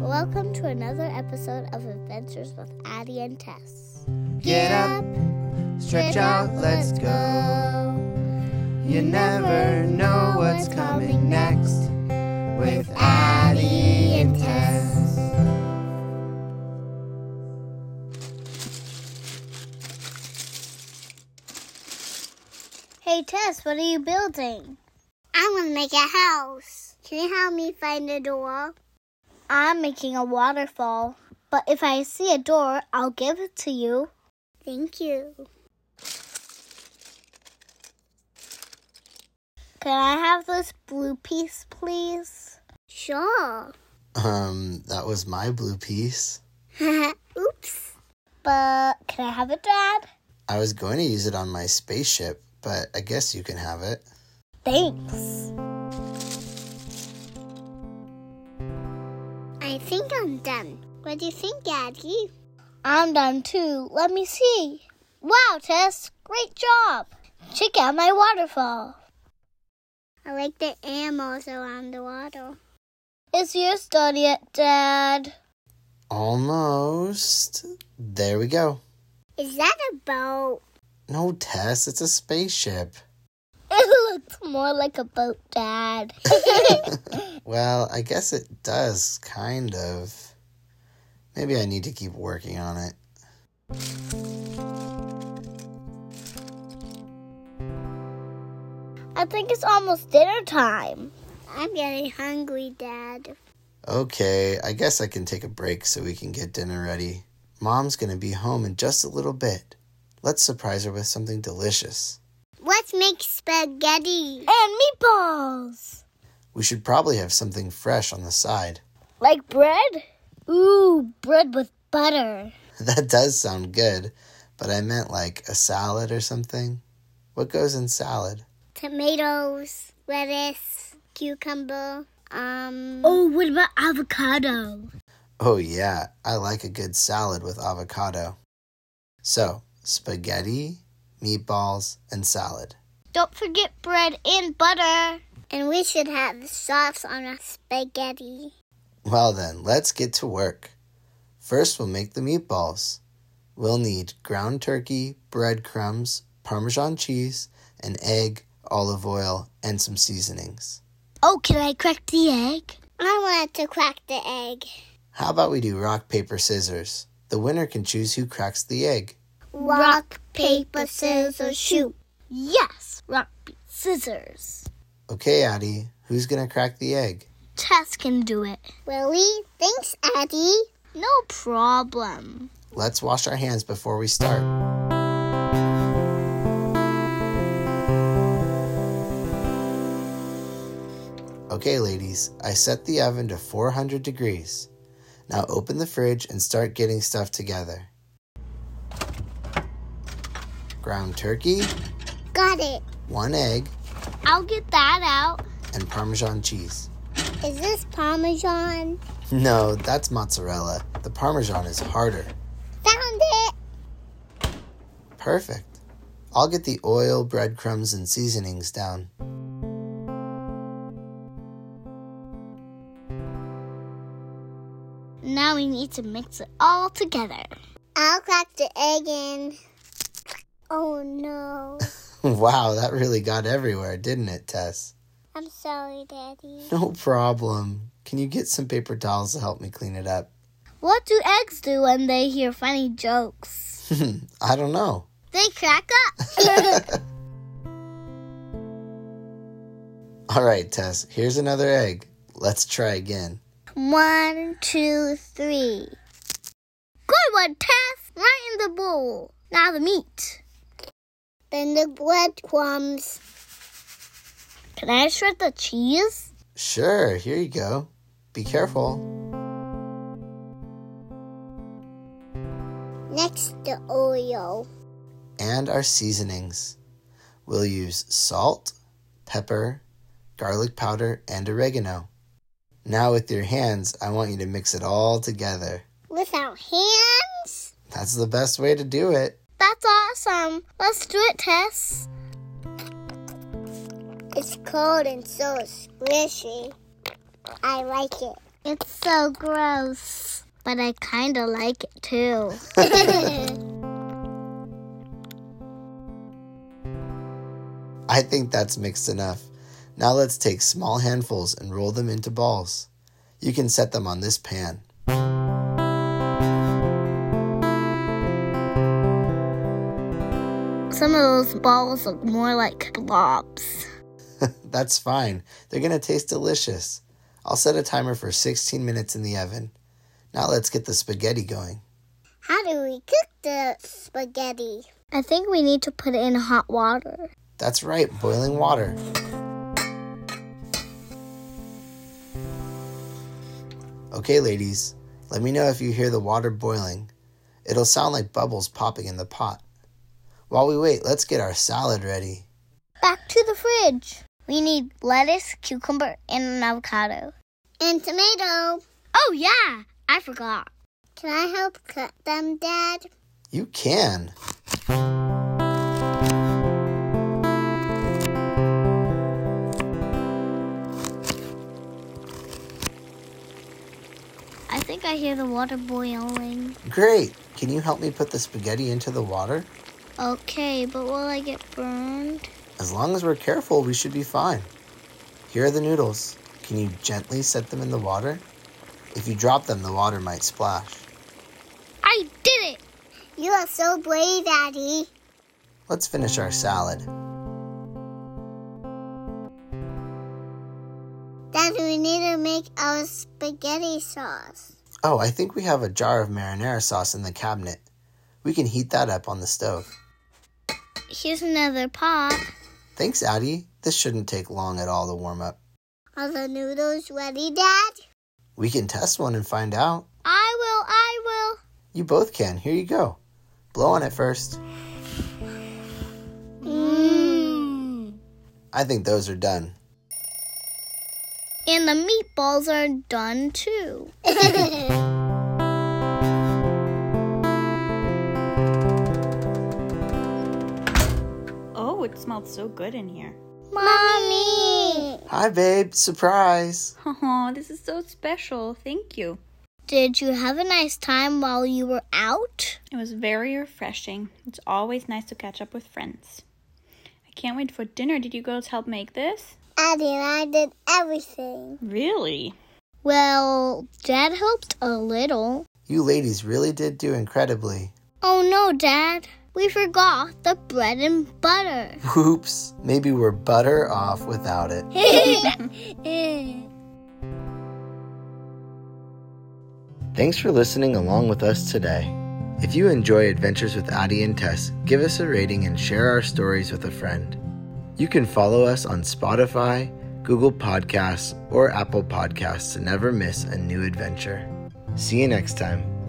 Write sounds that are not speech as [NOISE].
Welcome to another episode of Adventures with Addie and Tess. Get up, stretch out, let's go. You never know what's coming next with Addie and Tess. Hey Tess, what are you building? I'm gonna make a house. Can you help me find a door? I'm making a waterfall, but if I see a door, I'll give it to you. Thank you. Can I have this blue piece, please? Sure. Um, that was my blue piece. [LAUGHS] Oops. But can I have it, Dad? I was going to use it on my spaceship, but I guess you can have it. Thanks. I think I'm done. What do you think, Daddy? I'm done too. Let me see. Wow, Tess, great job. Check out my waterfall. I like the animals around the water. Is yours done yet, Dad? Almost. There we go. Is that a boat? No, Tess, it's a spaceship. [LAUGHS] It looks more like a boat, Dad. [LAUGHS] Well, I guess it does, kind of. Maybe I need to keep working on it. I think it's almost dinner time. I'm getting hungry, Dad. Okay, I guess I can take a break so we can get dinner ready. Mom's gonna be home in just a little bit. Let's surprise her with something delicious. Let's make spaghetti and meatballs. We should probably have something fresh on the side. [LAUGHS] Like bread? Ooh, bread with butter. That does sound good, but I meant like a salad or something. What goes in salad? Tomatoes, lettuce, cucumber. Um. Oh, what about avocado? Oh, yeah, I like a good salad with avocado. So, spaghetti, meatballs, and salad. Don't forget bread and butter. And we should have sauce on our spaghetti. Well, then, let's get to work. First, we'll make the meatballs. We'll need ground turkey, breadcrumbs, Parmesan cheese, an egg, olive oil, and some seasonings. Oh, can I crack the egg? I want to crack the egg. How about we do rock, paper, scissors? The winner can choose who cracks the egg. Rock, paper, scissors, shoot. Yes, rock, paper, scissors. Okay, Addie, who's gonna crack the egg? Tess can do it. Really? Thanks, Addie. No problem. Let's wash our hands before we start. Okay, ladies, I set the oven to 400 degrees. Now open the fridge and start getting stuff together. Ground turkey, Got it. one egg, I'll get that out. and Parmesan cheese. Is this Parmesan? No, that's mozzarella. The Parmesan is harder. Found it. Perfect. I'll get the oil, breadcrumbs, and seasonings down. Now we need to mix it all together. I'll crack the egg in. Oh no. [LAUGHS] Wow, that really got everywhere, didn't it, Tess? I'm sorry, Daddy. No problem. Can you get some paper towels to help me clean it up? [LAUGHS] What do eggs do when they hear funny jokes? I don't know. They crack [LAUGHS] up. All right, Tess, here's another egg. Let's try again. one, two, three. Good one, Tess. Right in the bowl. Now the meat. Then the breadcrumbs. Can I shred the cheese? Sure, here you go. Be careful. Next, the Oreo. And our seasonings. We'll use salt, pepper, garlic powder, and oregano. Now, with your hands, I want you to mix it all together. Without hands? That's the best way to do it. That's awesome. Let's do it, Tess. It's cold and so squishy. I like it. It's so gross, but I kind of like it [LAUGHS] too. I think that's mixed enough. Now let's take small handfuls and roll them into balls. You can set them on this pan. [LAUGHS] Some of those balls look more like blobs. That's fine. They're going to taste delicious. I'll set a timer for 16 minutes in the oven. Now let's get the spaghetti going. How do we cook the spaghetti? I think we need to put it in hot water. That's right, boiling water. Okay, ladies, let me know if you hear the water boiling. It'll sound like bubbles popping in the pot. While we wait, let's get our salad ready. Back to the fridge. We need lettuce, cucumber, and an avocado. And tomato. Oh, yeah, I forgot. Can I help cut them, Dad? You can. I think I hear the water boiling. Great. Can you help me put the spaghetti into the water? Okay, but will I get burned? As long as we're careful, we should be fine. Here are the noodles. Can you gently set them in the water? If you drop them, the water might splash. I did it! You are so brave, Daddy. Let's finish our salad. Dad, we need to make our spaghetti sauce. Oh, I think we have a jar of marinara sauce in the cabinet. We can heat that up on the stove. Here's another pot. Thanks, Addie. This shouldn't take long at all to warm up. Are the noodles ready, Dad? We can test one and find out. I will, I will. You both can. Here you go. Blow on it first. Mm. Mmm. I think those are done. And the meatballs are done too. [LAUGHS] Oh, it smells so good in here. Mommy! Hi, babe. Surprise. Oh, this is so special. Thank you. Did you have a nice time while you were out? It was very refreshing. It's always nice to catch up with friends. I can't wait for dinner. Did you girls help make this? Addie and I did everything. Really? Well, Dad helped a little. You ladies really did do incredibly. Oh no, Dad. We forgot the bread and [LAUGHS] butter. Whoops. Maybe we're butter off without it. Thanks for listening along with us today. If you enjoy Adventures with Addie and Tess, give us a rating and share our stories with a friend. You can follow us on Spotify, Google Podcasts, or Apple Podcasts to never miss a new adventure. See you next time.